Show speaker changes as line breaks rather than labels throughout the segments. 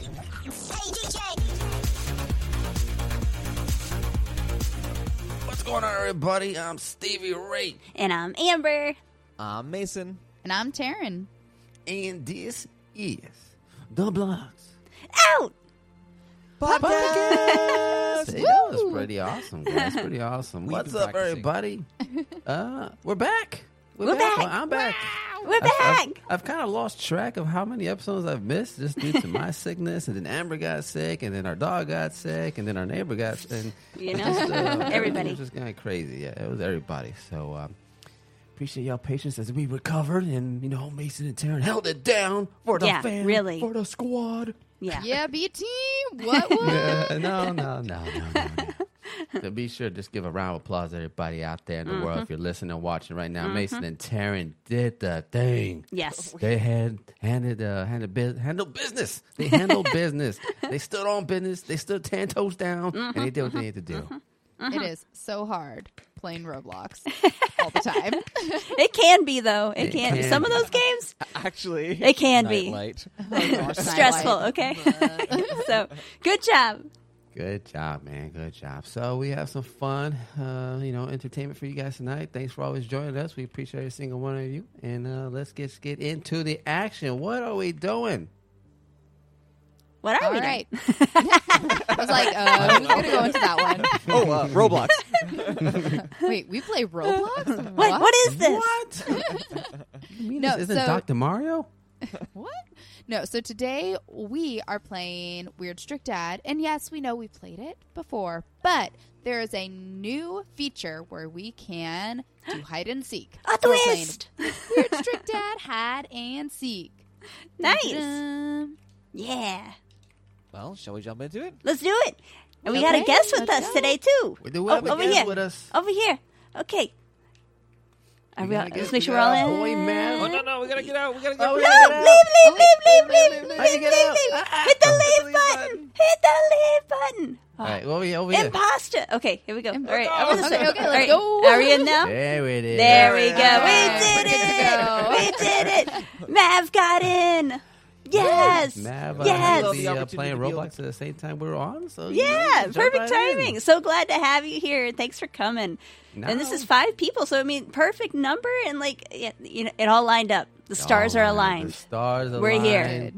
Hey, DJ.
What's going on, everybody? I'm Stevie Ray.
And I'm Amber.
I'm Uh, Mason.
And I'm Taryn.
And this is The Blocks.
Out!
podcast. hey, that was pretty awesome. Guys. That's pretty awesome.
We've
What's
been
up, everybody?
practicing.
Uh, we're back. We're,
We're back.
Well, I'm back.
We're
I've-
back!
I've, I've kind of lost track of how many episodes I've missed just due to my sickness, and then Amber got sick, and then our dog got sick, and then our neighbor got sick.
You know, everybody.
was just kind of crazy. Yeah, it was everybody. So um, appreciate y'all patience as we recovered, and you know Mason and Taryn held it down for the
Yeah,
fam,
really.
for the squad.
Yeah.
Yeah, be a team. What? what?
Yeah, no, no, no, no, no. no. so be sure to just give a round of applause to everybody out there in the
Mm-hmm.
world if you're listening and watching right now. Mason and Taryn did the thing.
Yes.
They had handed uh, handed bu- handled business. They handled business. They stood on business. They stood ten toes down, and they did what they needed to do.
Mm-hmm.
It is so hard playing Roblox all the time.
It can be, though. It,
It
can,
can
Some
be.
of those games,
Actually,
It can be.
Nightlight.
stressful, okay? so, good job.
Good job, man. Good job. So we have some fun, uh, you know, entertainment for you guys tonight. Thanks for always joining us. We appreciate every single one of you. And uh, let's get get into the action. What are we doing?
What are
All
we doing?
right. I was like, uh, who's going to go into that
Oh, uh, Roblox.
one? Wait, we play Roblox?
What, what is this?
What? you mean
No,
this isn't
so-
Dr. Mario?
What? No, so today we are playing Weird Strict Dad. And yes, we know we played it before, but there is a new feature where we can do hide and seek.
A
So we're playing
twist!
Weird Strict Dad, hide and seek.
Nice.
Dun-dun.
Yeah.
Well, shall we jump into it?
Let's do it. And we got a
Okay,
guest with
let's
us
go.
today, too.
We do have
Oh,
a
over
guest
here.
with us.
Over here. Okay. Are
We
we
got
all,
a guest.
let's make
We
sure we're all
got
in.
our boy, man.
Oh no, no, we gotta get out. We gotta get
Oh,
out.
we
No,
gotta
leave,
get out.
leave, leave,
Oh,
leave, leave, leave,
How'd you
leave,
get
leave,
out?
leave.
Ah, ah,
Hit the
press the
leave
leave
button.
button.
Hit the leave button. Oh,
All right, over here, over here.
Imposter. Okay, here we go. All right,
Oh,
over this
okay,
way.
okay,
All
let's
right.
go.
Are we in now?
There it is.
There we go.
Alright,
We did
we're good to
it.
go.
We did it. Mav got in. Yes.
Mav, uh,
Yes.
happened to
Love
be,
the
uh,
opportunity
playing
to be able
Roblox at the same time we were on. So you know,
Yeah,
jump
perfect
right in.
timing. So glad to have you here. Thanks for coming. And this
No.
is five people, so I mean, perfect number and like it, you know, it all lined up. The stars are
All right,
aligned.
Oh, The stars aligned.
We're here.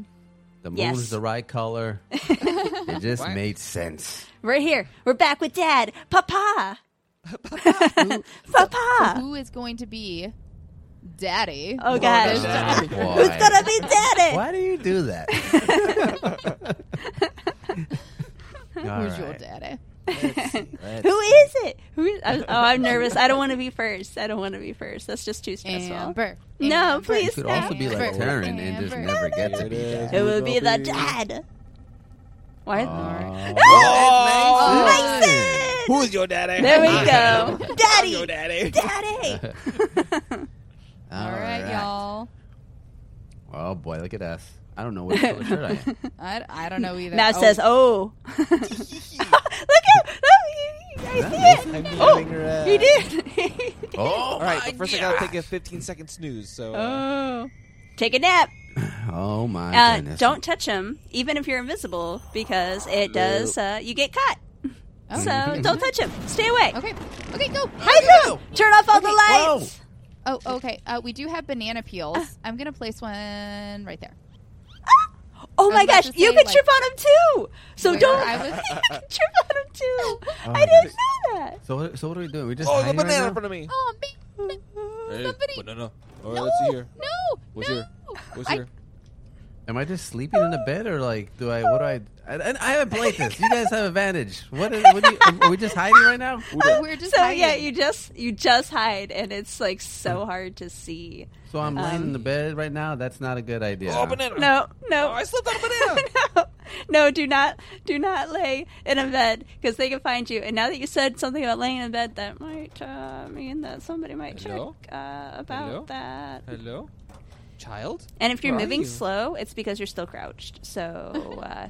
The
Yes.
moon's the right color. it just
What?
made sense.
We're here. We're back with Dad, Papa, Papa.
Who is going to be daddy?
Oh gosh,
Oh,
who's
boy.
gonna be Daddy?
Why do you do that? All
Who's your
right.
daddy?
Let's see. Let's
Who is it? Who is? I was- oh, I'm nervous. I don't want to be first. I don't want to be first. That's just too stressful.
Amber.
No,
Amber.
please.
You could also be like
Amber.
Taryn and just
Amber.
never get
There
to
it
be
is.
that.
It will be the Dad. Why?
Oh.
Mason!
Who is your daddy?
There we go,
I'm your
Daddy,
daddy.
Daddy.
All right, y'all.
Oh boy, look at us. I don't know what color shirt I am.
I, I don't know either.
Matt
Oh,
says, "Oh, look at look, you guys
That
see
is-
it?
I'm
Oh,
giving her a-
he did.
Oh, all
All right, but first I gotta take a 15 second snooze. So uh,
oh, take a nap.
Oh my
Uh,
goodness!
don't touch him, even if you're invisible, because it does. Uh, you get caught.
Oh.
So don't touch him. Stay away.
Okay. Okay, go.
Hide them. Turn off all the
Whoa.
lights.
Oh, okay. Uh, we do have banana
Ah.
peels. I'm going to place one right there.
Oh
was
my
about
gosh,
to
you
say,
could
like-
trip on him too. So
Where
don't.
I was-
you could trip on him too. I
Oh,
didn't
yes.
know that.
So, what- so what are we doing? We're just
oh, the
hiding right
banana
now?
in front of me.
Oh, me. Somebody.
banana. All right,
No.
let's see here.
No.
What's
no.
your? What's
I-
your?
Am I just sleeping in the bed, or like, do I? What do I? I, I I haven't played this. You guys have advantage. What? Is, what do you, are we just hiding right now?
Oh,
We're just
so yeah,
hiding.
you just you just hide, and it's like
Oh.
so hard to see.
So I'm laying in the bed right now. That's not a good idea.
Oh, banana.
No, no,
Oh, I slipped on a banana.
no, no. Do not, do not lay in a bed because they can find you. And now that you said something about laying in bed, that might uh, mean that somebody might
Hello?
check uh, about
Hello?
that.
Hello, child.
And if you're
Where are
moving
you?
slow, it's because you're still crouched. So uh,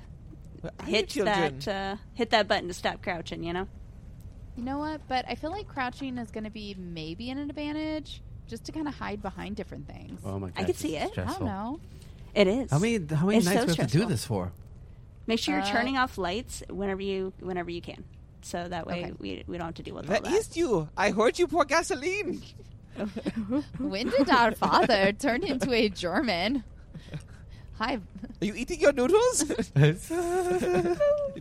Where are you,
hit
children?
that uh, hit that button to stop crouching. You know.
You know what? But I feel like crouching is going to be maybe an advantage just to kind of hide behind different things.
Oh my god.
I could see it. I don't
I don't know.
It is.
How many? How many
It's
nights
so
we have to do
stressful.
this for?
Make sure you're
Uh,
turning off lights whenever you whenever you can, so that way
Okay.
we, we don't have to deal with
That
all that.
is you. I heard you pour gasoline.
When did our father turn into a German? Hi.
Are you eating your noodles?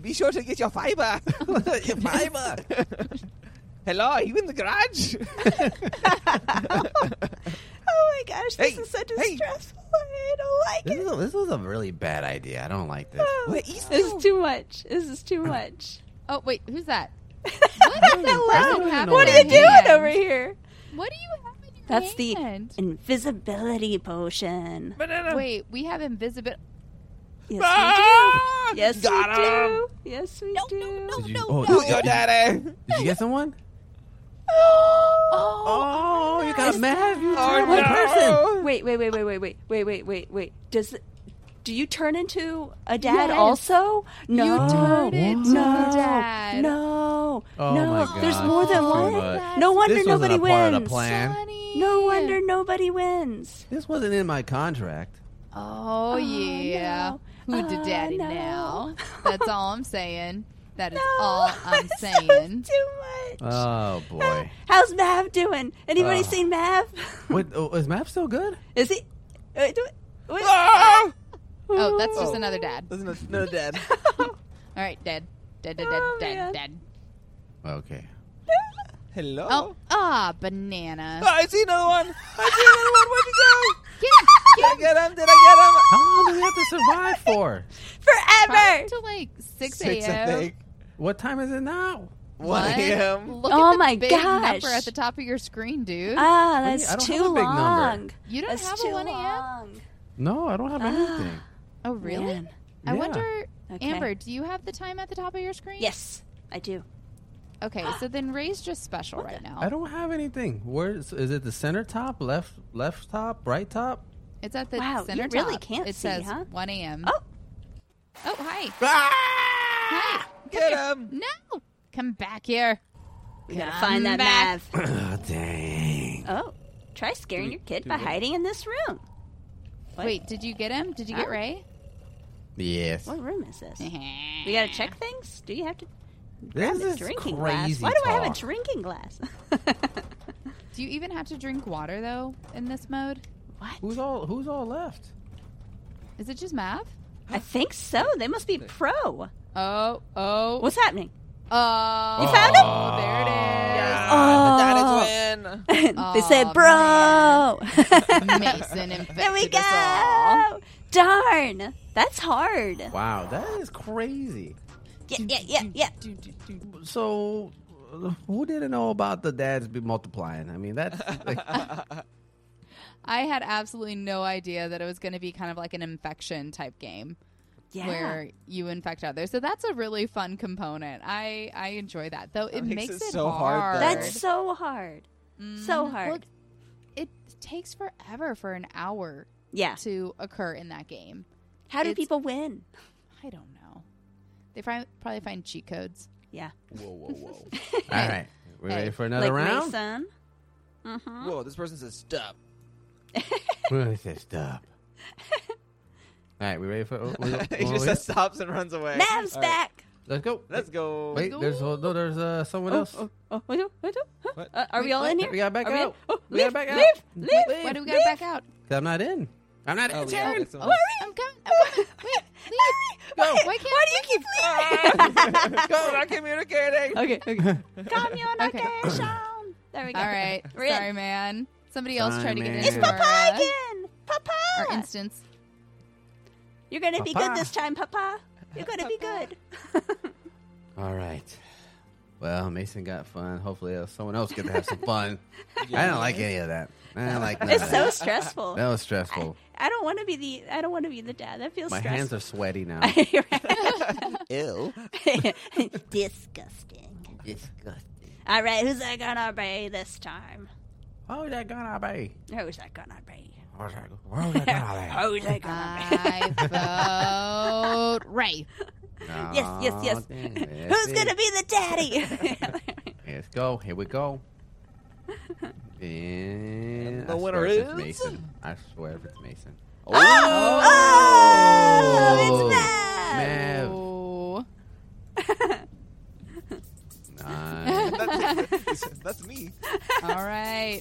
Be sure to get your fiber. your fiber. Hello, are you in the garage?
oh my gosh, this
Hey,
is such a
hey.
stressful. Oh I don't like
This,
it.
is a, this was a really bad idea. I don't like this.
Where is
This
you?
is too much. This is too much.
Oh wait, who's that?
Hello.
What,
What
What are
are
you
Hand.
doing over here?
What do you have in your
That's the
hand?
invisibility potion.
Banana.
Wait, we have invisible.
Yes,
Ah!
we do. Yes,
Got
we
him.
do. Yes, we
No,
do.
no, no,
Did you-
no,
oh,
no.
Who's your daddy?
Did you get someone?
Oh,
Oh, you got mad. You
Oh,
one
no.
person.
Wait, wait, wait, wait, wait, wait, wait, wait, wait, wait. Does do you turn into a dad
Yes.
also? No,
you
Oh,
turned into
no,
dad.
no,
Oh
no.
my God.
There's more than
Too
one.
much.
No wonder
this wasn't
nobody
a part of
wins.
the plan.
Sonny.
No wonder nobody wins.
This wasn't in my contract.
Oh, yeah.
no.
Who did
Oh,
daddy
no.
now? That's all I'm saying. That is
No,
all I'm
this is
saying.
too much.
Oh boy. Oh.
How's Mav doing? Anybody
Ugh.
seen Mav?
What oh, is Map still good?
Is he? Wait, do it- wait.
Ah!
Oh, that's just
Oh.
another dad.
There's no, no dad.
All right, dad. Dad, dad, dad,
Oh,
dad,
man.
dad.
Okay.
Hello? Oh,
Oh, ah, banana.
I see another one. I see another one. Where'd you go?
Get him,
Did I
get him.
get him? Did I
How long do we have to survive for?
Forever.
Probably till like 6
get him? I
a.m.
think.
What time is it now?
1 a.m.
Look
Oh
at the
my
big
gosh.
number at the top of your screen, dude.
Ah,
What do you- I
that's
don't
too
have a big number.
long.
you don't
That's
have
too
a 1 a.m.
long.
No, I don't have
Ah.
anything.
Oh, really?
Man.
I
Yeah.
wonder,
Okay.
Amber, do you have the time at the top of your screen?
Yes, I do.
Okay, so then Ray's just special right
I
now.
don't have anything. Where is, is it? The center top, left, left top, right top.
It's at the
Wow, you
center
really
top.
can't
it
see,
says
huh?
1 a.m.
Oh.
Oh, hi.
Ah!
Hi.
Get him.
No. Come back here.
We gotta
Come
find that
back.
Mav.
Oh, dang.
Oh, try scaring your kid by hiding in this room. What?
Wait, did you get him? Did you get
Huh?
Ray?
Yes.
What room is this?
We
We gotta check things? Do you have to grab
This
a
is
drinking glass?
crazy.
Why do I have
talk.
a drinking glass?
Do you even have to drink water though in this mode?
what?
Who's all? Who's all left?
Is it just Mav?
I think so. They must be pro.
Oh, oh,
What's happening?
oh!
You found him?
Oh, there it
Oh.
The dad is in.
they said,
Aw,
bro.
is. Mason infected
there we
us all.
go. Darn. That's hard.
Wow, that is crazy.
Yeah, yeah, yeah, yeah.
So, uh, who didn't know about the dads be multiplying? I mean, that's like,
I had absolutely no idea that it was going to be kind of like an infection type game
Yeah.
where you infect others. So that's a really fun component. I I enjoy that though. It
makes
makes
it
it
so hard,
hard.
though.
That's so hard. So
Mhm.
hard.
Well, it takes forever for an hour
Yeah.
to occur in that game.
How do
it's-
people win?
I don't know. They find, probably find cheat codes.
Yeah.
whoa, whoa, whoa.
all right. We ready for another
like
round?
Mason. Mm-hmm.
Whoa, this person says stop.
Really says stop. All right, we ready for? oh, we-
he
oh,
just
yeah?
says stops and runs away.
Mav's
All right,
back.
Let's go.
Let's go.
Wait,
go.
there's no, there's uh, someone else.
Oh, oh, wait, oh, wait, oh, huh?
What?
Uh, are we all in here?
We gotta back
Are we in?
out.
Oh,
we gotta
leave,
back out.
leave, leave.
Why do we
leave.
gotta back out?
I'm not in. I'm not
Oh,
in.
we gotta
Sharon.
get someone.
Oh, I'm coming. I'm coming. Wait, leave.
Why,
Why can't
why do you keep leaving?
Go, not communicating.
okay, okay. Communication.
Communication.
There we go.
All right.
We're in.
Sorry, man. Somebody else tried to get
Sorry,
in.
man.
It's
Or,
Papa
our, uh,
again.
Our
Papa.
instance.
You're gonna be good
Papa.
this time, Papa. You're gonna be
Papa.
good.
All right. Well, Mason got fun. Hopefully, uh, someone else get to have some fun. I don't like any of that. I don't like none
It's
of
so
that.
stressful.
That was stressful.
I don't want to be the. I don't want to be the dad. That feels
My hands
stressful.
are sweaty now.
Ew.
Disgusting.
Disgusting.
All right, who's that gonna be this time?
How's that gonna be?
Who's that gonna be?
How's that, how's that gonna
Who's that gonna be?
I vote Ray.
be?
Yes, yes, yes.
Oh, damn it.
Who's gonna be the daddy?
Let's go. Here we go. And
the
I
winner
swear if it's
is-
Mason. I Oh! swear if it's Mason.
oh, it's Mav.
Mav.
Oh.
me.
All right.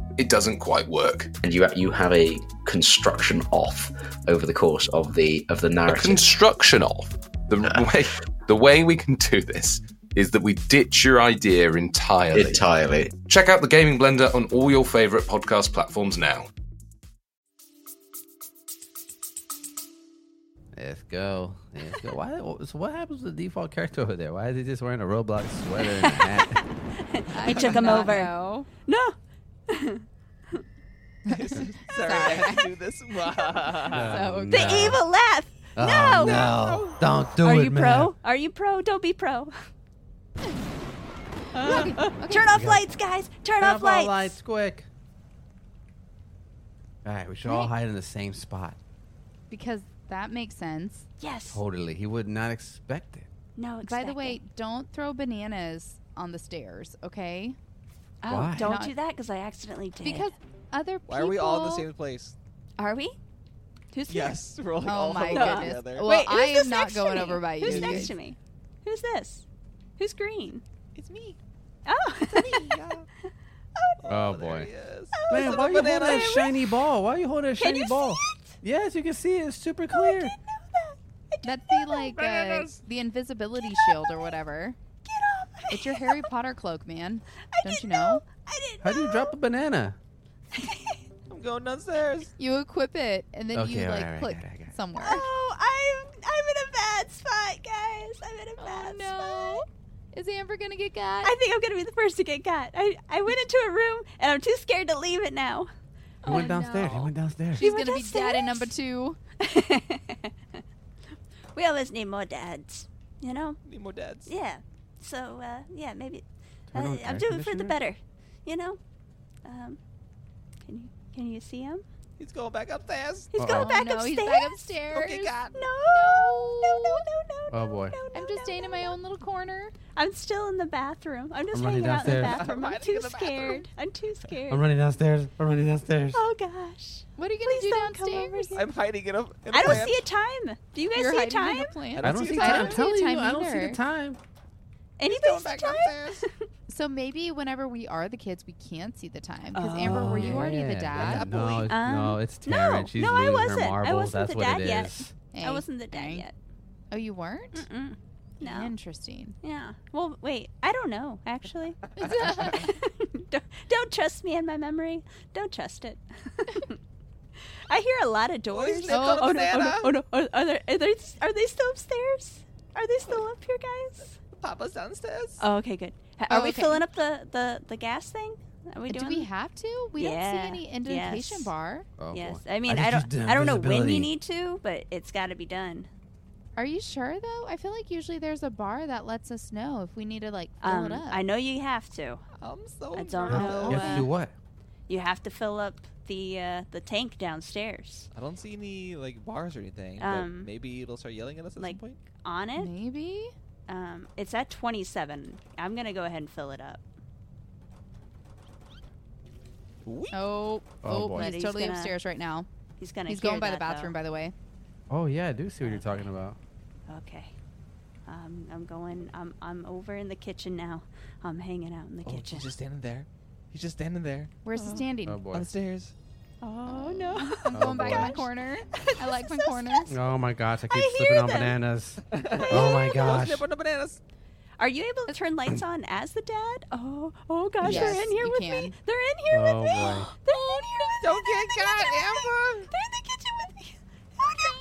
it doesn't quite work.
And you you have a construction off over the course of the of the
A
narrative.
construction of the way the way we can do this is that we ditch your idea entirely.
Entirely.
Check out the Gaming Blender on all your favorite podcast platforms now.
Let's go. Let's go. Why, so what happens to the default character over there? Why is he just wearing a Roblox sweater and a hat?
He took him over. No.
Sorry, I have to do this.
No,
The
Oh, no.
evil laugh.
Oh,
no.
no. Don't do
Are
it,
you
man.
pro? Are you pro? Don't be pro. Turn off lights, guys. Turn,
Turn
off lights.
all lights quick. All right, we should all hide in the same spot.
Because that makes sense.
Yes.
Totally. He would not expect it.
No.
By the
expected.
way, don't throw bananas on the stairs, okay?
oh,
why?
don't
Not-
do that because I accidentally did.
Because other people
Why are we all in the same place?
are we? Who's here?
Yes, we're like
Oh
all
my
No.
goodness.
together.
Well,
Wait, who's
I am
this
not
next to
going
me?
over by you.
Who's next to me? Who's this? Who's green?
It's me.
Oh,
Oh,
Oh, there
boy.
he
Man,
is. Is it
why
a
you holding
banana?
that shiny ball? Why are you holding that
Can
shiny
you see Oh,
ball? Yes, you can see it. It's super clear.
That's the like uh, the invisibility shield or whatever.
get off!
It's your Harry Potter cloak, man.
I
Don't
didn't
you know?
I didn't.
How do you drop a banana?
Oh,
I'm going downstairs.
You equip it and then
Okay,
you
all
like
right,
click
all right, all right.
somewhere.
Oh, I'm I'm in a bad spot, guys. I'm in a
Oh
bad
no.
spot.
Is Amber gonna get got?
I think I'm gonna be the first to get got. I I went into a room and I'm too scared to leave it now.
He went downstairs. He went downstairs.
She's
were
gonna be
downstairs?
dad in number two.
we always need more dads, you know.
Need more dads.
Yeah. So uh, yeah, maybe
Turn
uh,
on air
I'm doing it for the
conditioner?
better, you know. Um, can you can you see him?
He's going back upstairs.
He's
Uh-oh.
going
oh
back
no,
upstairs.
he's back upstairs.
Okay, God.
No, no, no, no, no.
Oh,
no,
boy.
no, no,
I'm just
no,
staying in
no,
my
no.
own little corner.
I'm still in the bathroom. I'm just
I'm running
hanging out in the
downstairs.
bathroom.
I'm
I'm
hiding
too
in the bathroom.
scared. I'm too scared.
I'm running downstairs. I'm running downstairs.
Oh gosh.
What are you gonna
Please
do
don't come over
downstairs?
here.
I'm hiding in a. In a
I don't
plant.
see a time. Do you guys
You're
see a
hiding in
time?
the plant.
I
I don't see
I
time.
don't
I'm
see
telling
time
you, I don't see
either.
the time.
Anybody
going
see
back
time?
downstairs.
So maybe whenever we are the kids, we can't see the time. Because
Oh,
Amber, were you already the
yeah.
dad?
No,
Happily.
it's- no,
Um,
it's
no,
Taryn. She's
no, I
losing
wasn't. I
her marbles.
wasn't
That's
the
what
dad
it is.
yet.
Hey,
I wasn't the dad
hey.
yet.
Oh, you weren't?
Mm-mm. No.
Interesting.
Yeah. Well, wait. I don't know, actually. don't, don't trust me and my memory. Don't trust it. I hear a lot of doors.
Boys, they call
oh, no, oh,
it
no,
banana.
oh, no. Are, are, there, are, they, are they still upstairs? Are they still up here, guys?
Papa's downstairs.
Oh, okay, good. Ha- Are
Oh,
we
okay.
filling up the, the, the gas thing? Are we
Do
doing
we have to? We
Yeah,
don't see any indication
yes.
bar.
Oh,
Yes.
boy.
I mean,
could
I,
use
don't
the
I don't know when
invisibility.
you need to, but it's got to be done.
Are you sure though? I feel like usually there's a bar that lets us know if we need to like fill
Um,
it up.
I know you have to.
I'm so.
I don't
nervous.
know.
You have
uh,
to do what?
You have to fill up the uh, the tank downstairs.
I don't see any like bars or anything. but
Um,
maybe it'll start yelling at us at
like-
some point.
On it,
Maybe.
Um, it's at 27. I'm going to go ahead and fill it up.
Wee.
Oh, oh,
Oh, boy.
he's
He's
totally
gonna-
upstairs right now.
He's going to
He's going by the bathroom, by the way.
Oh yeah, I do see what you're talking about.
Okay. Um, I'm going I'm I'm over in the kitchen now. I'm hanging out in the
Oh,
kitchen.
he's just standing there. He's just standing there
Where's the standing?
Oh boy.
upstairs.
Oh no.
I'm
Oh,
going back in my
boy.
corner. I like my
so
corner.
Oh my gosh, I keep
hear
slipping on
them.
bananas. oh my gosh.
Snip on the bananas.
Are you able to turn lights on as the dad? Oh, oh gosh,
Yes,
they're in here
you
with
can.
me. They're in here
Oh,
with me.
boy.
They're in here with
Don't
me.
get
They're in the kitchen
caught,
with me.
Amber.
They're in the kitchen with me. Oh no.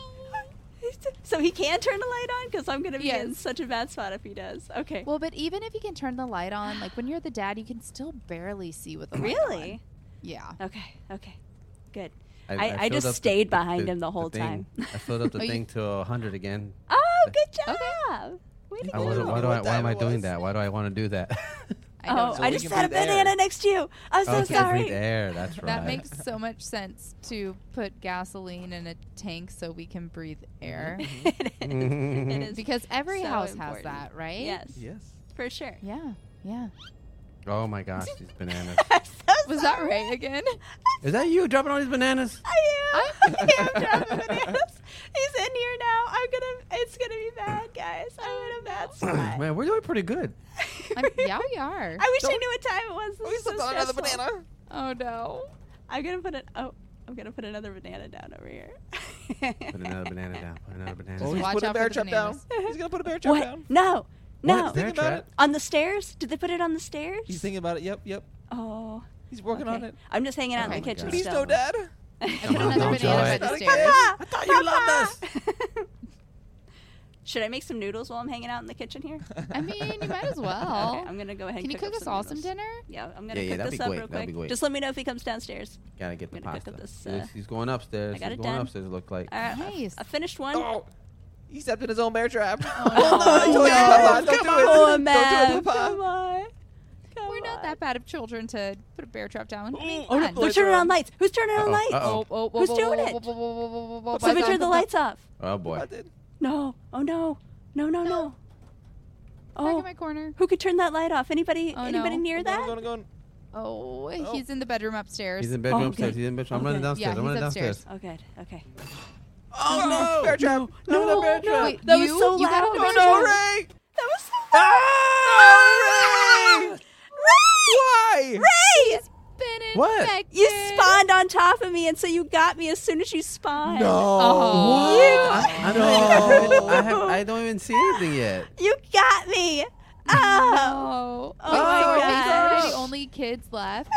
He's t- So he can turn the light on because I'm gonna be in
Yes.
such a bad spot if he does. Okay.
Well, but even if you can turn the light on, like when you're the dad, you can still barely see with the light on.
really?
Yeah.
Okay. Okay. Good. I- I just
filled up
stayed
the-
behind him the whole
thing.
time.
I filled up the
Oh, you-
thing to a hundred again.
Oh, good job. Way to
I
go.
wasn't. Why do
What
I? Why am
time
I
it
doing
was.
that? Why do I want to do that?
I don't
Oh,
know.
so
I
we
just
can
had a
be there.
banana next to you. I'm so
oh, it's
sorry.
breathe air. That's right.
That makes so much sense to put gasoline in a tank so we can breathe air.
it is. It is.
because every
So
house has
important.
that, right?
Yes,
Yes.
for sure.
Yeah. Yeah.
Oh my gosh, these bananas.
I'm so
Was that right again?
Is that you dropping all these bananas?
I am. I am dropping bananas. He's in here now. I'm gonna. It's gonna be bad, guys. I'm in a bad spot.
Man, we're doing pretty good.
I'm, yeah, we are.
I wish I knew what time it was. This
We
is so
still got another
stressful.
banana.
Oh no.
I'm gonna put an. Oh, I'm gonna put another banana down over here.
Put another banana down. Put another banana
Oh,
down.
he's
Watch
put a
out for
bear
the
trap down.
bananas.
He's gonna put a bear trap
what?
down.
No, no.
What? Bear
Think about
trap?
On the stairs? Did they put it on the stairs?
He's thinking about it. Yep, yep.
oh,
He's working on
okay.
it.
I'm just hanging out
Oh
in
my
the kitchen.
God.
Please,
still.
no, Dad.
I
Come
put
on,
another
don't try
banana by the
it.
stairs.
I
thought you loved
us. Should I make some noodles while I'm hanging out in the kitchen here?
I mean, you might as well.
okay, I'm gonna go ahead.
Oh. Can
and
you cook
up
us all some
noodles.
dinner?
Yeah, I'm gonna
Yeah, yeah,
cook
that'd
this
be
up
great,
real
that'd be
quick.
great.
Just let me know if he comes downstairs.
Gotta get the
I'm gonna cook up
pasta.
this,
He's-
uh,
he's going upstairs.
I got
he's
it
going
done.
upstairs. It looked like.
All right,
Nice.
I Uh, finished one.
Oh, he stepped in his own bear trap.
Oh,
no, I told you, Papa, don't
come
do it. Don't
on,
do it,
Mav.
Papa.
Come on. Come
We're not
on.
that bad of children to put a bear trap down. I mean,
Ooh,
come on.
oh,
They're turning on lights. Who's turning on
Uh-oh,
lights?
uh-oh.
Oh, oh,
Who's doing it?
it?
Somebody turn the lights off.
Oh boy.
I did.
No. Oh no. No. No. No.
Back
Oh,
in my corner.
who could turn that light off? Anybody?
Oh,
anybody
no.
near
I'm going,
that?
I'm going,
Oh,
Oh.
he's in the bedroom upstairs.
He's in bedroom
Oh,
upstairs.
okay.
He's in bedroom. I'm
Okay.
running downstairs. I'm
Yeah, he's
running
upstairs.
downstairs.
Oh, good. Okay.
Oh, no. Bear trap.
No,
no, bear trap.
Wait,
That
you?
was so
You got
loud.
a
No,
bear
no,
trap?
Ray.
Ray.
That was so
Ah, Ray. Why?
Ray!
Been
What?
infected.
You spawned on top of me, and so you got me as soon as you spawned.
Oh.
I, I'm not even-
No.
I, have, I don't even see anything yet.
You got me. Oh.
Oh.
Oh,
Wait, so
my
are we
gosh.
the only kids left?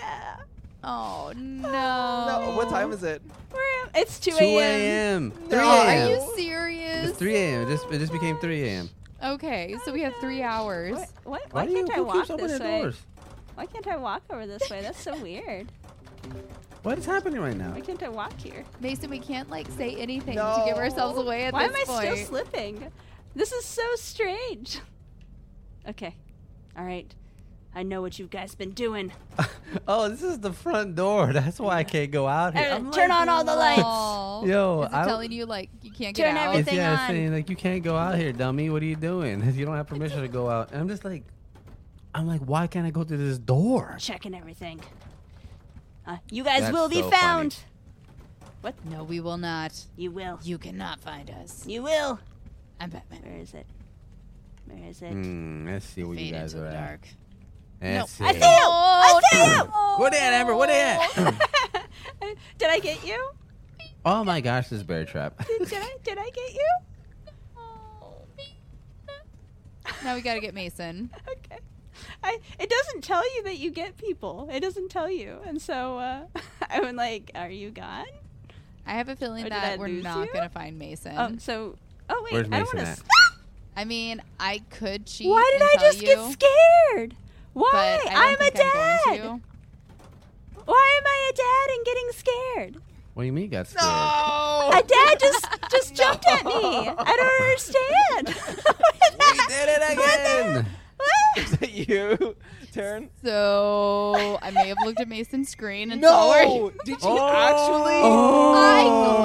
yeah.
Oh no.
No, what time is it?
We're at- It's 2
2
a.m.
a.m. 3
No,
Are
a.m.
you
No.
serious?
It's 3 a.m. It just, it just became 3 a.m.
Okay, so we have three hours.
What, what,
Why
why
do you
can't I
who
walk
keeps opening
this
the
way?
doors?
Why can't I walk over this way? That's so weird.
What is happening right now?
Why can't I walk here?
Mason, we can't like say anything to give ourselves
No.
away at
Why am I
this point.
still slipping? This is so strange. Okay. All right. I know what you guys been doing.
Oh, this is the front door. That's why I can't go out here.
Uh,
I'm
turn
like,
on all the lights.
Oh.
Yo,
Is it
I-
telling you like you can't
Turn
get out?
everything-
It's, yeah, it's
on.
saying like you can't go out here, dummy. What are you doing? You don't have permission to go out. And I'm just like, I'm like, why can't I go through this door?
Checking everything. Uh, you guys
That's
will be
so funny.
found.
No, we will not.
You will.
You cannot find us.
You will.
I'm Batman.
Where is it? Where is it?
Hmm, let's see where you
Fade
guys
into
are
the
at.
dark.
Let's
No,
I
see.
see you! I
Oh,
see you!
What at, Amber? What at?
Did I get you?
oh my gosh, this bear trap.
Did, did I? Did I get you?
Oh, Now we gotta get Mason.
Okay. I, it doesn't tell you that you get people. It doesn't tell you, and so uh, I'm like, "Are you gone?"
I have a feeling
Or Oh, did I
that we're
lose
not
you?
gonna find Mason.
Um. So, oh wait,
Where's
I want
Mason
to.
at?
I mean, I could cheat.
Why did
and
I
tell
just
you,
get scared?
but
Why?
I don't
I'm a
think
dad.
I'm going to.
Why am I a dad and getting scared?
What do you mean you got scared?
No.
A dad just just jumped at me. I don't understand.
We did it again.
What?
Is that you? Turn.
So I may have looked at Mason's screen and saw where you-
Did you actually?
I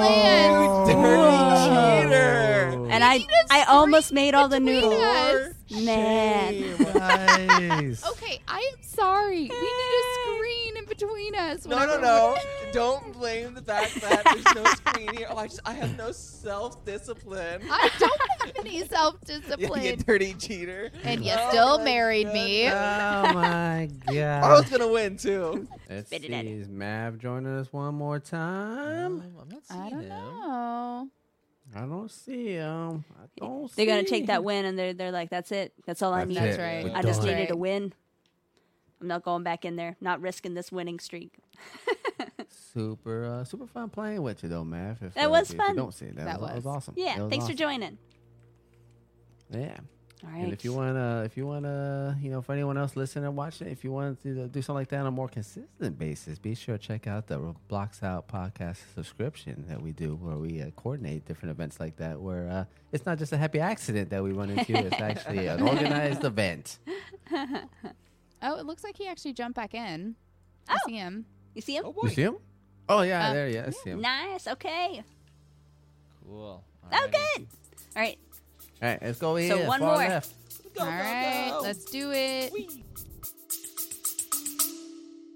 You dirty cheater.
And I I almost made all the
between
noodles.
us.
Man.
Shame.
Nice.
Okay, I'm sorry. We need a screen in between us.
No, no,
whenever
no.
we're-
Don't blame the fact that there's no screen here. Oh, I just, I have no self discipline.
I don't have any
You
self-discipline.
dirty cheater.
and you
Oh
still
my
married me.
goodness.
Oh my
I was
god.
gonna win too.
Let's
Spit it at
see.
it.
Is Mav joining us one more time?
I'm not
I don't know.
I don't see him. I don't
They're gonna
see
take that
him.
win and they're they're like, That's it. That's all I
That's
need.
That's
it.
right.
We're
I just
done.
That's
needed a
right.
win. I'm not going back in there. Not risking this winning streak.
super uh, super fun playing with you though, Mav. If,
That
uh,
was
if you
fun.
Don't say that.
That
was, that was
was.
awesome.
Yeah.
That was
Thanks
awesome.
for joining.
Yeah.
All right.
And if you wanna, if you wanna, you know, for anyone else listening and watching, if you want to do something like that on a more consistent basis, be sure to check out the Blocks Out podcast subscription that we do, where we uh, coordinate different events like that. Where uh, it's not just a happy accident that we run into; it's actually an organized event.
Oh, it looks like he actually jumped back in. I
Oh.
see him.
You see him?
Oh
You
boy.
see him? Oh yeah,
Uh,
there. Yeah, I see him.
Nice. Okay.
Cool.
Oh,
Alrighty.
good. All right.
All right, let's go here.
one
far
more.
Left.
Go,
All
go,
right,
go.
let's do it.
Whee.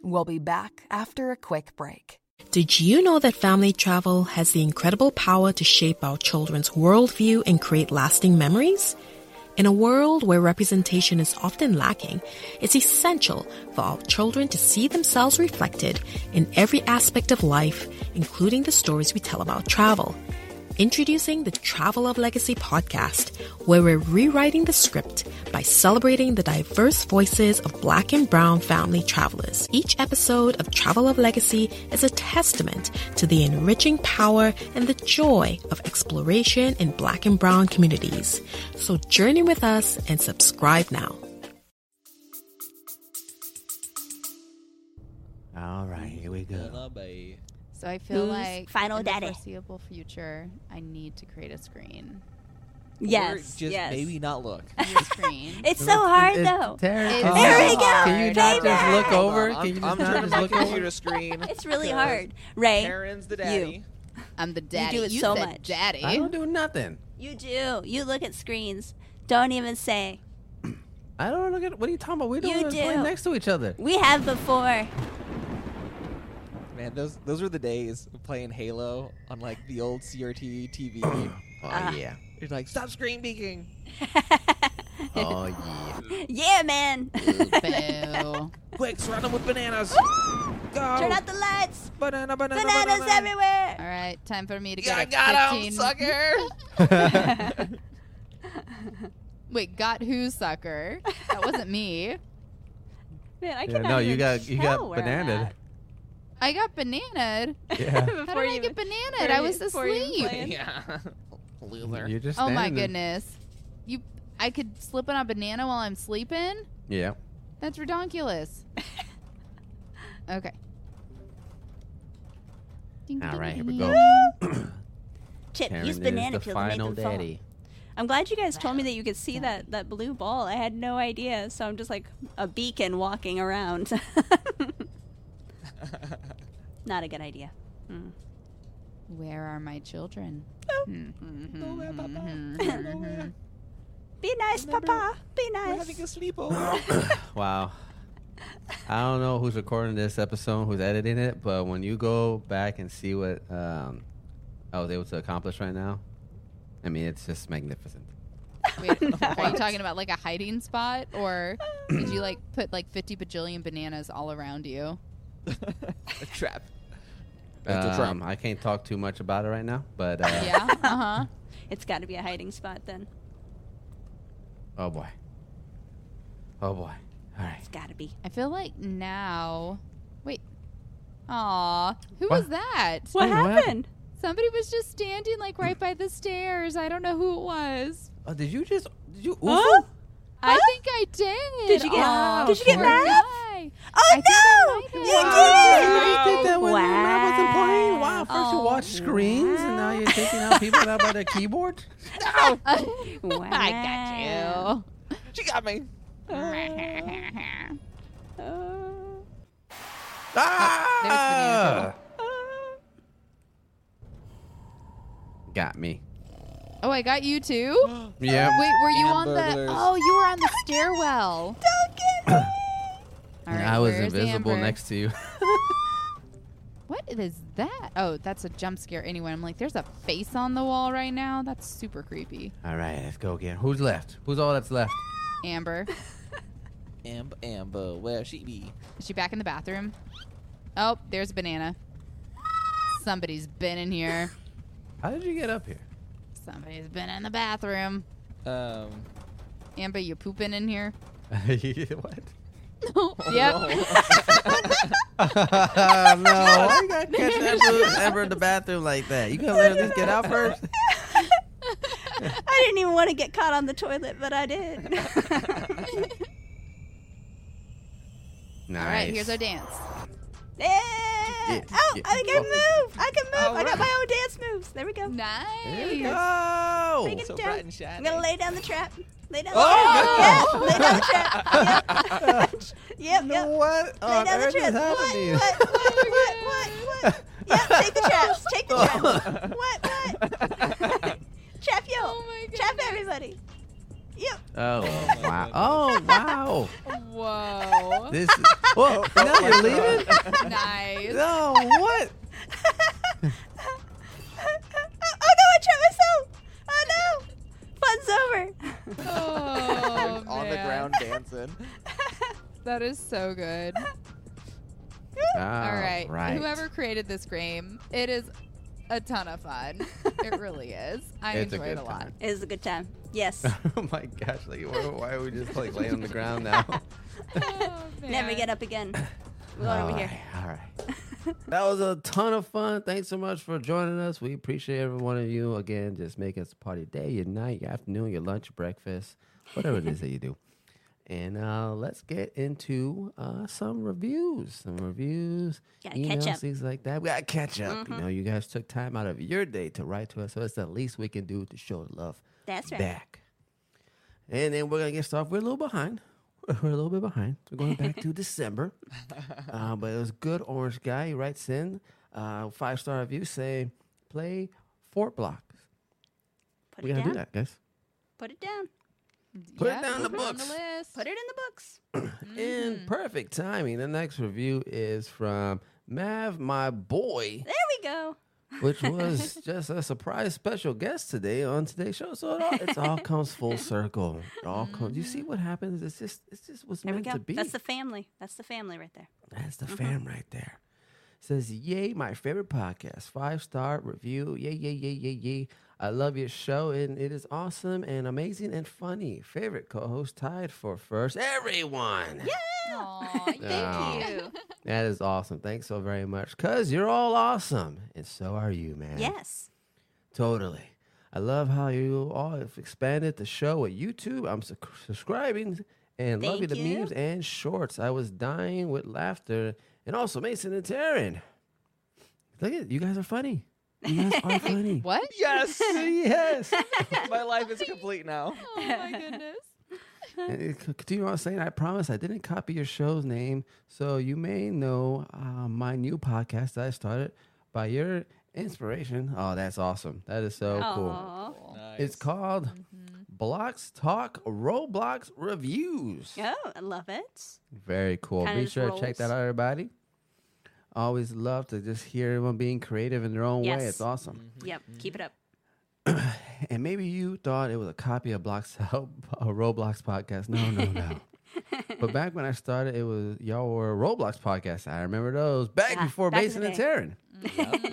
We'll be back after a quick break.
Did you know that family travel has the incredible power to shape our children's worldview and create lasting memories? In a world where representation is often lacking, it's essential for our children to see themselves reflected in every aspect of life, including the stories we tell about travel. Introducing the Travel of Legacy podcast, where we're rewriting the script by celebrating the diverse voices of Black and Brown family travelers. Each episode of Travel of Legacy is a testament to the enriching power and the joy of exploration in Black and Brown communities. So journey with us and subscribe now.
All right, here we go.
Gonna be.
So I feel
Who's
like
final
in the
daddy?
foreseeable future, I need to create a screen.
Or
Yes.
just
yes.
maybe not look.
Need a screen.
It's so hard
It's
though.
terrible.
It's
There we
so
go.
hard.
Can you not just
Baby.
look over?
Hold on,
Can you just
I'm, I'm
not
turning
just
my
look over?
computer screen.
It's really
'cause
hard. Ray,
Karen's the daddy.
I'm the daddy.
do it so
said
much.
daddy.
I don't do nothing.
you do. You look at screens. Don't even say.
I don't look at. What are you talking about? We don't
You
even play
do.
next to each other.
We have before.
Man, those those were the days of playing Halo on like the old CRT TV.
Oh yeah.
It's Ah. like stop screen peeking.
Oh yeah.
Yeah, man.
Boo.
Quick, surround them with bananas. Go.
Turn out the lights.
banana, banana,
Bananas
banana.
everywhere.
All right, time for me to
Yeah,
get
I
a
got
15.
him, sucker.
Wait, got who, sucker? That wasn't me.
Man, I
Yeah,
cannot
no, you
even
got you
tell
got
where I'm
banana.
I got bananaed.
Yeah.
at.
How
Before
did I
you
get
even-
bananaed? I
you-
was
before you even
asleep.
planned.
yeah. Loser.
You're just.
Oh my
standing there.
goodness. You I could slip on a banana while I'm sleeping?
Yeah.
That's redonkulous. okay. Ding,
All
ding,
right, here we
ding.
go.
Chip,
Karen
use
is
banana
the
peel to make
final
them fall.
daddy.
I'm glad you guys told me that you could see that, that blue ball. I had no idea, so I'm just like a beacon walking around. Not a good idea.
Where are my children? Hmm,
Be nice, Papa. Be
We're
nice.
having a sleepover.
Wow. I don't know who's recording this episode, who's editing it, but when you go back and see what um, I was able to accomplish right now, I mean, it's just magnificent.
Wait, are you talking about like a hiding spot or did you like put like 50 bajillion bananas all around you?
a trap. That's a trap.
Um, I can't talk too much about it right now, but uh,
Yeah. Uh-huh.
It's got to be a hiding spot then.
oh boy. Oh boy. All right.
It's got to be.
I feel like now Wait. Aw, who
What?
was that?
What
Hey, what
happened?
happened?
Somebody was just standing like right by the stairs. I don't know who it was.
Oh, did you just. Did you.
Huh?
oofo?
I think I did.
Did you get-
Aw,
did you get
poor
mad?
guy.
Oh
think I
no!
might
You
have.
did.
Wow.
You Oh, did that when I wasn't playing. Wow. First you
Oh,
watch screens, and now you're taking out people out by the keyboard?
Wow.
I got
She got me.
you.
Ah! Got me.
oh, I got you too.
Yeah.
Wait, were you on the?
Hamburglers.
Oh, you were on the stairwell. Don't get me.
I was invisible next to you.
What is that? Oh, that's a jump scare. Anyway, I'm like, there's a face on the wall right now. That's super creepy.
all right, let's go again. Who's left? Who's all that's left?
Amber,
Amber, Amber, where she be?
is she back in the bathroom? Oh, there's a banana. Somebody's been in here.
How did you get up here?
Somebody's been in the bathroom.
Um.
Amber, you pooping in here?
what?
yep.
Oh.
no, why you gotta catch Amber, Amber in the bathroom like that? You gonna let her just get out first?
I didn't even want to get caught on the toilet, but I did.
Nice.
All right, here's our dance.
Yay!
yeah,
oh,
yeah.
I can move. I can move. I got
Alright.
my own dance moves. There we go.
There you
Oh, Nice.
Bring it
go.
So
down.
bright and shiny.
I'm gonna lay down the trap. Lay down the
Oh,
trap. Yeah, lay down the trap. Yep. yep,
No,
yep.
What Oh,
Lay
on
down the
earth
trap.
is happening?
What? What? What? What? What? what? Yep. Take the traps. Take the traps. What? What? trap yo.
Oh my goodness.
Trap everybody. Yep.
Oh wow! Oh wow!
Whoa.
This. Is, whoa! now you're leaving?
nice.
No, what?
oh, oh no! I trapped myself. Oh no! Fun's over.
Oh,
on the
man.
ground dancing.
That is so good. All right. Whoever created this game, it is a ton of fun. It really is. I
It's a
enjoy it
good
a lot.
time.
It was a good time. Yes.
oh my gosh! Like, why, why are we just like laying on the ground now?
Oh,
Never
man.
get up again. We're going over
All
here.
right, All right. that was a ton of fun. Thanks so much for joining us. We appreciate every one of you. Again, just make us a part of your day, your night, your afternoon, your lunch, breakfast, whatever it is that you do. And uh, let's get into uh, some reviews. Some reviews,
Gotta catch up.
things like that. We gotta catch up. You know, you guys took time out of your day to write to us, so it's the least we can do to show the love
That's right.
back. And then we're gonna get started. We're a little behind. We're a little bit behind. We're going back to December, uh, but it was good. Orange guy he writes in uh, five star review saying, "Play Fort Blocks."
Put
We
it
gotta
down.
do that, guys.
Put it down.
Put it
Yep,
down in the
put it on
books.
list.
Put it in the books. Mm-hmm.
In perfect timing, the next review is from Mav, my boy,
There we go.
which was just a surprise special guest today on today's show. So it all, it's all comes full circle. It all comes. You see what happens? It's just it's just what's
Mm-hmm. There we
meant
go.
to be.
That's the family. That's the family right there.
That's the fam right there. Says, yay, my favorite podcast. Five star review. Yay, yay, yay, yay, yay. I love your show, and it is awesome and amazing and funny. Favorite co host tied for first. Everyone.
Aw, thank
Wow.
you.
That is awesome. Thanks so very much. Because you're all awesome. And so are you, man.
Yes.
Totally. I love how you all have expanded the show with YouTube. I'm su- subscribing and loving
Thank
the
you.
memes and shorts. I was dying with laughter. And also Mason and Taryn. Look at you guys are funny. You guys are funny.
What?
Yes,
Yes.
my life is complete now.
Oh my goodness.
And it c- continue on saying, I promise I didn't copy your show's name, so you may know uh, my new podcast that I started by your inspiration. Oh, that's awesome. That is so cool.
Aw.
It's called
Mm-hmm.
Blocks Talk Roblox Reviews.
Oh, I love it.
Very cool.
Kinda
Be
just
sure to check that
rolls.
out, everybody. Always love to just hear everyone being creative in their own way.
Yes.
It's awesome.
Yep. Keep it up.
And maybe you thought it was a copy of Blocks a Roblox podcast. No, no, no. but back when I started, it was y'all were Roblox podcasts. I remember those back
Yeah,
before
back in
Mason
the
and
day.
Taryn.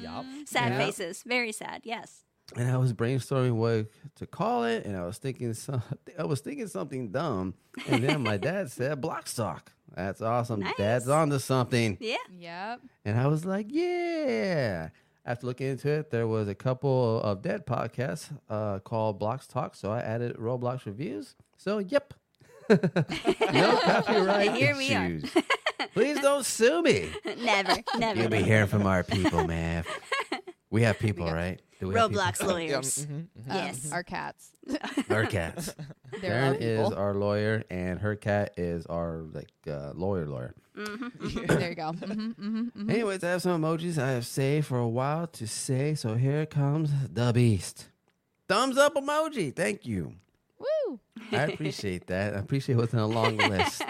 Mm-hmm.
Sad
Yeah.
faces. Very sad. Yes.
And I was brainstorming what to call it, and I was thinking some, I was thinking something dumb. And then my dad said Blocks Talk. That's awesome.
Nice.
Dad's onto something.
Yeah.
Yep.
And I was like, yeah. After looking into it, there was a couple of dead podcasts uh, called Blocks Talk, so I added Roblox reviews. So, yep. no copyright
Here we are.
issues. Please don't sue me.
Never. Never.
You'll be
never.
hearing from our people, man. We have people, right? Do we have people?
Roblox lawyers.
Mm-hmm,
Yes.
Um, our cats.
Our cats.
They're
Karen
our
is
people.
our lawyer, and her cat is our like uh, lawyer lawyer.
Mm-hmm,
there you go. Mhm, mhm, mhm.
Anyways, I have some emojis I have saved for a while to say, so here comes the beast. Thumbs up emoji. Thank you.
Woo.
I appreciate that. I appreciate it wasn't a long list.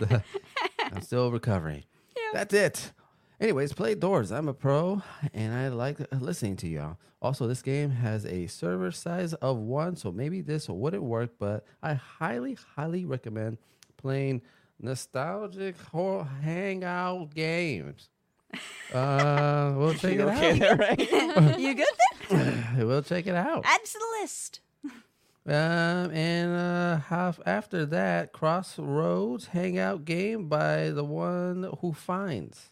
I'm still recovering. That's it. Anyways, play Doors. I'm a pro and I like listening to y'all. Also, this game has a server size of one, so maybe this wouldn't work, but I highly, highly recommend playing nostalgic ho- hangout games. Uh, we'll check
You
it
okay
out.
there, right?
you good then?
We'll check it out.
Add to the list.
Um, and uh, half after that, Crossroads Hangout Game by the one who finds.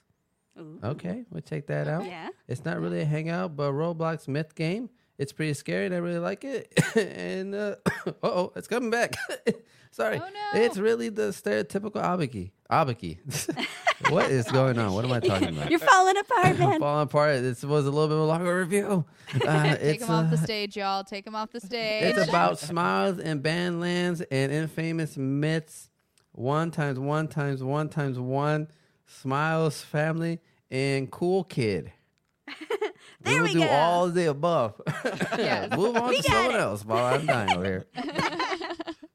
Ooh.
Okay, we'll check that out.
Yeah.
It's not really a hangout, but Roblox myth game. It's pretty scary, and I really like it. and uh oh, it's coming back. Sorry,
Oh, no.
it's really the stereotypical abaki. Abaki. What is going on? What am I talking about?
You're falling apart,
I'm
man.
falling apart. This was a little bit of a longer review. Uh,
Take
it's,
him off the
uh,
stage, y'all. Take him off the stage.
It's about smiles and bandlands and infamous myths. One times one times one times one. Smiles, family, and cool kid.
There
will
we
do
go.
all of the above.
Yes.
Move on
We
to
got
someone
it.
else while I'm dying over here.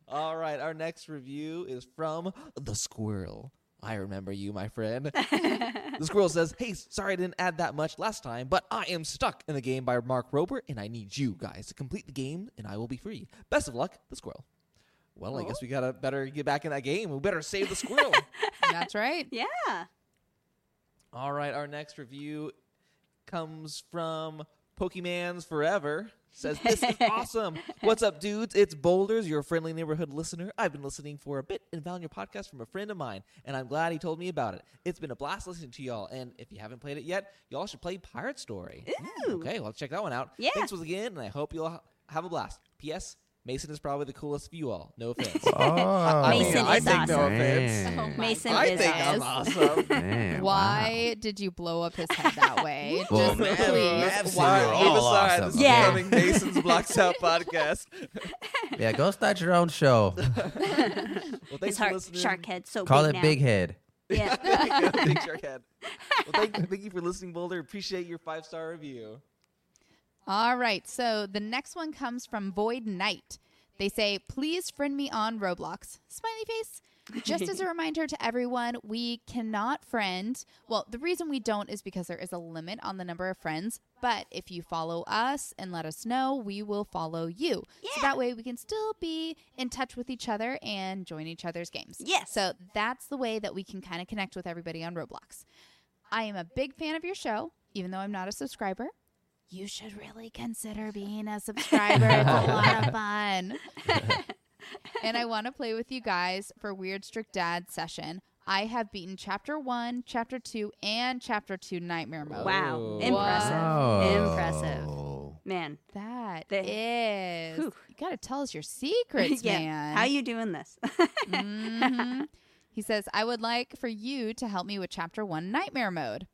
All right, our next review is from the squirrel. I remember you, my friend. the squirrel says, "Hey, sorry I didn't add that much last time, but I am stuck in a game by Mark Rober, and I need you guys to complete the game, and I will be free. Best of luck, the squirrel." Well, I guess we gotta better get back in that game. We better save the squirrel.
That's right.
yeah.
All right, our next review comes from Pokemans Forever. Says, This is awesome. What's up, dudes? It's Boulders, your friendly neighborhood listener. I've been listening for a bit and found your podcast from a friend of mine, and I'm glad he told me about it. It's been a blast listening to y'all, and if you haven't played it yet, y'all should play Pirate Story. Mm,
Ooh.
Okay, well, check that one out.
Yeah.
Thanks once again, and I hope you'll ha- have a blast. P.S. Mason is probably the coolest of you all. No offense.
Oh,
Mason
I is take no awesome. offense.
Man.
Oh my
Mason
goodness.
is awesome.
awesome.
Man, wow.
Why did you blow up his head that way?
Well,
Just
Mav-
please.
Mavs
Why?
are
Leave
all
aside.
awesome,
This is
Yeah.
becoming Mason's Blocks Out podcast.
Yeah, go start your own show.
Well, thanks
His
for
heart,
listening.
shark head, so
Call
big
it
now.
Big Head.
Yeah.
Yeah, Big shark head. Well, thank, thank you for listening, Boulder. Appreciate your five star review.
All right. So the next one comes from Void Knight. They say, please friend me on Roblox. Smiley face. Just as a reminder to everyone, we cannot friend. Well, the reason we don't is because there is a limit on the number of friends. But if you follow us and let us know, we will follow you. So that way we can still be in touch with each other and join each other's games.
Yes.
So that's the way that we can kind of connect with everybody on Roblox. I am a big fan of your show, even though I'm not a subscriber. You should really consider being a subscriber. it's a lot of fun. and I want to play with you guys for Weird Strict Dad session. I have beaten chapter one, chapter two, and chapter two nightmare mode.
Wow.
Whoa.
Impressive. Impressive.
Oh.
Man.
That
That-
is-
Whew.
You got to tell us your secrets,
yeah.
man.
How you doing this?
Mhm. he says, I would like for you to help me with chapter one nightmare mode.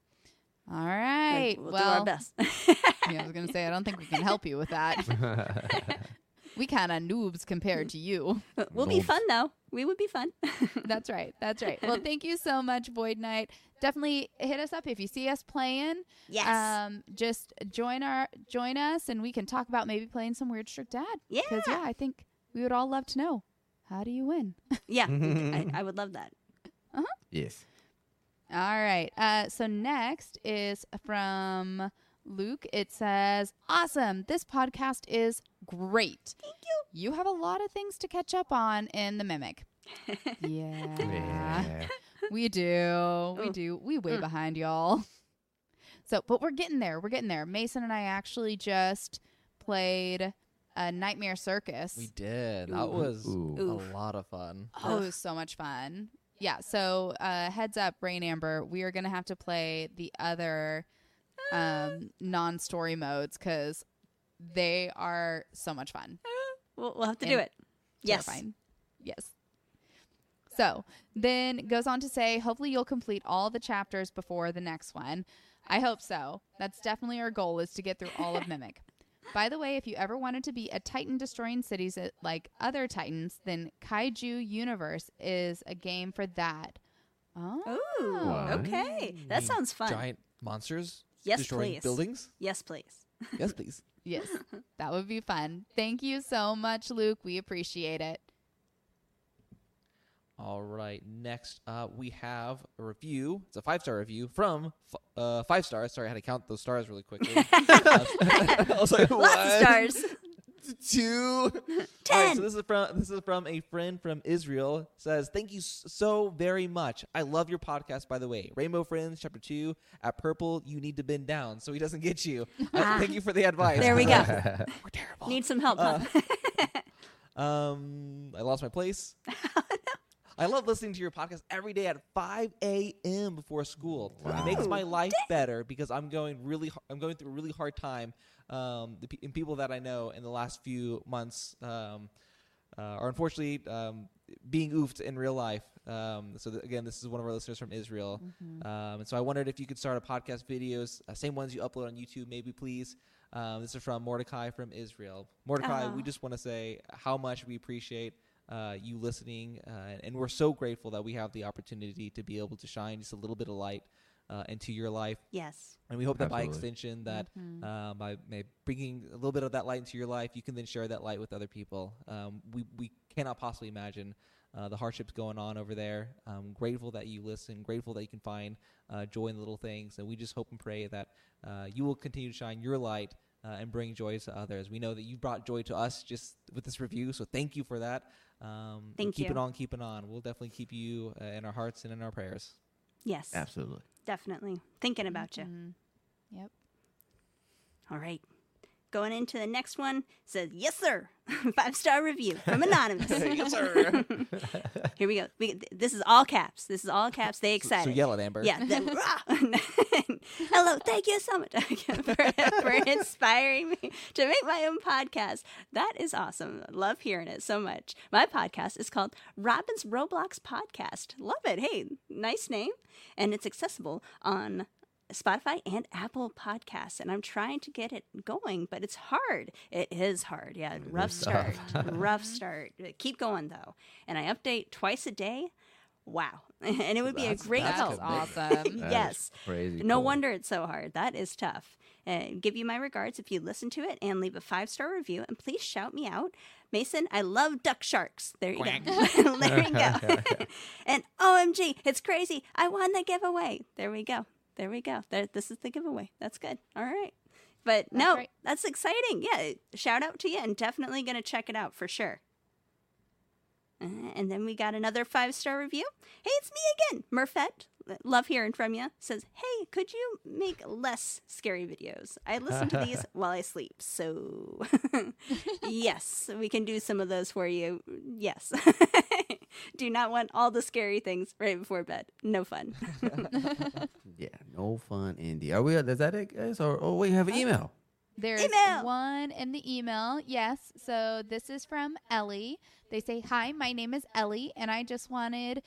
All right.
we'll, do
well,
our best.
yeah, I was going to say, I don't think we can help you with that. we kind of noobs compared to you.
we'll be fun though. We would be fun.
That's right. That's right. Well, thank you so much, Void Knight. Definitely hit us up if you see us playing.
yes.
Um, just join our join us, and we can talk about maybe playing some Weird Strict Dad. Because yeah, I think we would all love to know how do you win.
yeah. I, I would love that.
Yes.
All right. Uh, so next is from Luke. It says, Awesome. This podcast is great. Thank you. You have a lot of things to catch up on in the Mimic. yeah.
Yeah.
We do. We do. We way behind y'all. So, but we're getting there. We're getting there. Mason and I actually just played a Nightmare Circus.
We did. That
Ooh.
was
Ooh.
Oof.
a lot of fun.
Oh, it was so much fun. Yeah. So uh, heads up, Brain Amber, we are gonna have to play the other um, non-story modes because they are so much fun.
We'll, we'll have to do
And
it. Yes.
Terrifying. Yes. So then goes on to say, hopefully you'll complete all the chapters before the next one. I hope so. That's definitely our goal is to get through all of Mimic. By the way, if you ever wanted to be a titan destroying cities at- like other titans, then Kaiju Universe is a game for that. Oh,
Ooh. Okay. That sounds fun.
Giant monsters
Yes,
destroying
please.
buildings.
Yes, please.
Yes, please.
yes. That would be fun. Thank you so much, Luke. We appreciate it.
All right. Next up, we have a review. It's a five star review from f- uh, five stars. Sorry, I had to count those stars really quickly. I was like,
Lots of
"One,
stars.
two. All right,
Ten.
so this is from this is from a friend from Israel. It Says thank you s- so very much. I love your podcast, by the way. Rainbow Friends, Chapter Two. At Purple, you need to bend down so he doesn't get you. I- thank you for the advice.
There we go.
We're terrible.
Need some help,
Uh.
huh?
Um, I lost my place. I love listening to your podcast every day at 5 a.m. before school. It makes my life better because I'm going really, har- I'm going through a really hard time. Um, the pe- and people that I know in the last few months, um, uh, are unfortunately um, being oofed in real life. Um, so th- again, this is one of our listeners from Israel, um, and so I wondered if you could start a podcast videos, uh, same ones you upload on YouTube, maybe please. Um, this is from Mordecai from Israel. Mordecai, we
Oh.
just want to say how much we appreciate uh, you listening, uh, and we're so grateful that we have the opportunity to be able to shine just a little bit of light uh, into your life.
Yes.
And we hope that by
Absolutely.
extension, that
Mm-hmm.
um, by may bringing a little bit of that light into your life, you can then share that light with other people. Um, we we cannot possibly imagine uh, the hardships going on over there. Um grateful that you listen. Grateful that you can find uh, joy in the little things. And we just hope and pray that uh, you will continue to shine your light. Uh, and bring joy to others. We know that you brought joy to us just with this review, so thank you for that. Um, and
Thank
keep
you.
it on, keep it on. We'll definitely keep you uh, in our hearts and in our prayers.
Yes.
Absolutely.
Definitely. Thinking about you.
Mm-hmm. Yep.
All right. Going into the next one says, Yes, sir. Five star review from Anonymous.
yes, sir.
Here we go. We, th- this is all caps. This is all caps. They
so,
excited.
so yell at Amber.
Yeah. the- rah. Hello, thank you so much for, for inspiring me to make my own podcast. That is awesome. Love hearing it so much. My podcast is called Robin's Roblox Podcast. Love it. Hey, nice name. And it's accessible on Spotify and Apple Podcasts. And I'm trying to get it going, but it's hard. It is hard. Yeah. Rough start. rough start. Uh, Keep going, though. And I update twice a day. Wow. And it would be a
That's-
great
that's
help.
That's awesome.
That is
yes.
crazy.
No
cool.
wonder it's so hard. That is tough. Uh, give you my regards if you listen to it and leave a five star review. And please shout me out. Mason, I love duck sharks. There you go. there you go. and OMG, it's crazy. I won the giveaway. There we go. There we go. There, this is the giveaway. That's good. All right. But no,
right.
that's exciting. Yeah. Shout out to you and definitely going to check it out for sure. Uh, and then we got another five star review. Hey, it's me again, Murfette. Love hearing from you. Says, hey, could you make less scary videos? I listen to these while I sleep. So, yes, we can do some of those for you. Yes. do not want all the scary things right before bed. No fun.
Yeah, no fun, Indy. Are we? Is that it, guys? Or oh, we have an email.
There's
Email.
one in the email. Yes. So this is from Ellie. They say, Hi, my name is Ellie, and I just wanted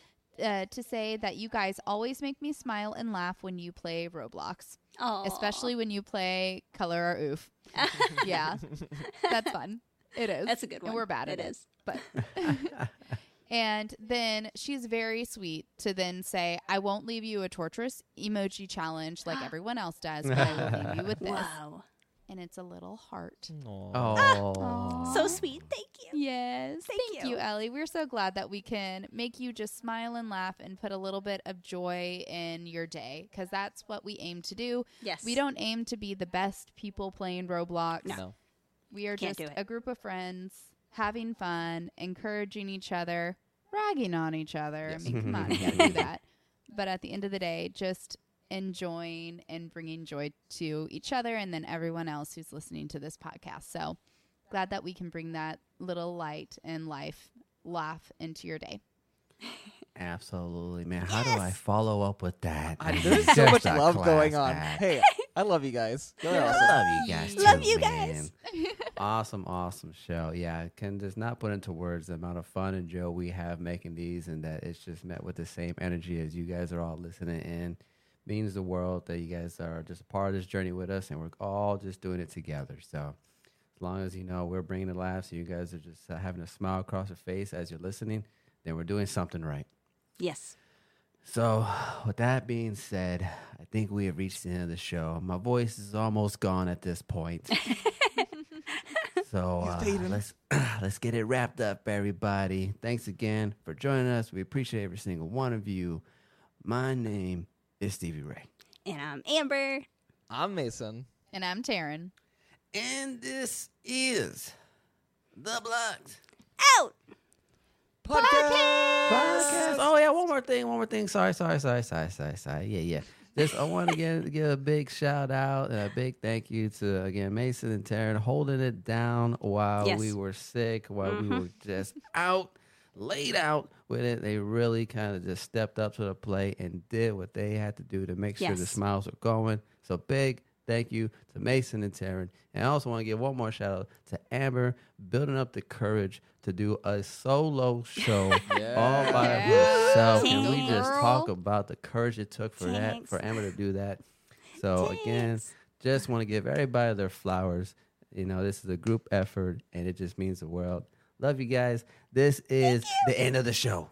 uh, to say that you guys always make me smile and laugh when you play Roblox,
Oh,
especially when you play Color or Oof. yeah. That's fun. It is.
That's a good one.
And we're bad at
It
it.
is.
But. And then she's very sweet to then say, I won't leave you a torturous emoji challenge like everyone else does, but I will leave you with this.
wow.
And it's a little heart.
Aw.
Oh,
So sweet. Thank you.
Yes.
Thank
Thank,
you.
you. Ellie. We're so glad that we can make you just smile and laugh and put a little bit of joy in your day because that's what we aim to do.
Yes.
We don't aim to be the best people playing Roblox.
No.
We are
Can't
just
do it.
a group of friends having fun, encouraging each other, ragging on each other. I mean, come on, you gotta do that. But at the end of the day, just enjoying and bringing joy to each other and then everyone else who's listening to this podcast. So glad that we can bring that little light and life laugh into your day.
absolutely, man. How do I follow up with that?
I,
man?
there's so
Just
much
a
love
class
going on.
act.
Hey, I love you guys. You're
I
awesome.
love you guys.
Love
too,
you guys.
man. awesome, awesome show. Yeah, I can just not put into words the amount of fun and joy we have making these, and that it's just met with the same energy as you guys are all listening in. Means the world that you guys are just a part of this journey with us, and we're all just doing it together. So, as long as you know we're bringing the laughs, and you guys are just uh, having a smile across your face as you're listening, then we're doing something right.
Yes.
So, with that being said, I think we have reached the end of the show. My voice is almost gone at this point. so, uh, let's let's get it wrapped up everybody. Thanks again for joining us. We appreciate every single one of you. My name is Stevie Ray.
And I'm Amber.
I'm Mason.
And I'm Taryn.
And this is The Blocked
Out.
Podcast.
Podcast. Oh yeah, one more thing, one more thing. Sorry, sorry, sorry, sorry, sorry, sorry. Yeah, yeah. Just I want to give, give a big shout out and a big thank you to again Mason and Taryn holding it down while
Yes. Mm-hmm.
we were sick, while we were just out, laid out with it. They really kind of just stepped up to the plate and did what they had to do to make sure the
Yes.
smiles were going. So big Thank you to Mason and Taryn. And I also want to give one more shout out to Amber building up the courage to do a solo show all by
Yeah.
herself. And we
Thanks.
just talk about the courage it took for that
Thanks.
for Amber to do that. So Oh, again,
Thanks.
just want to give everybody their flowers. You know, this is a group effort and it just means the world. Love you guys. This is the end of the show.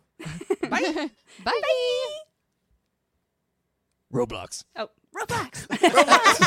Bye.
Roblox.
Oh, Roblox.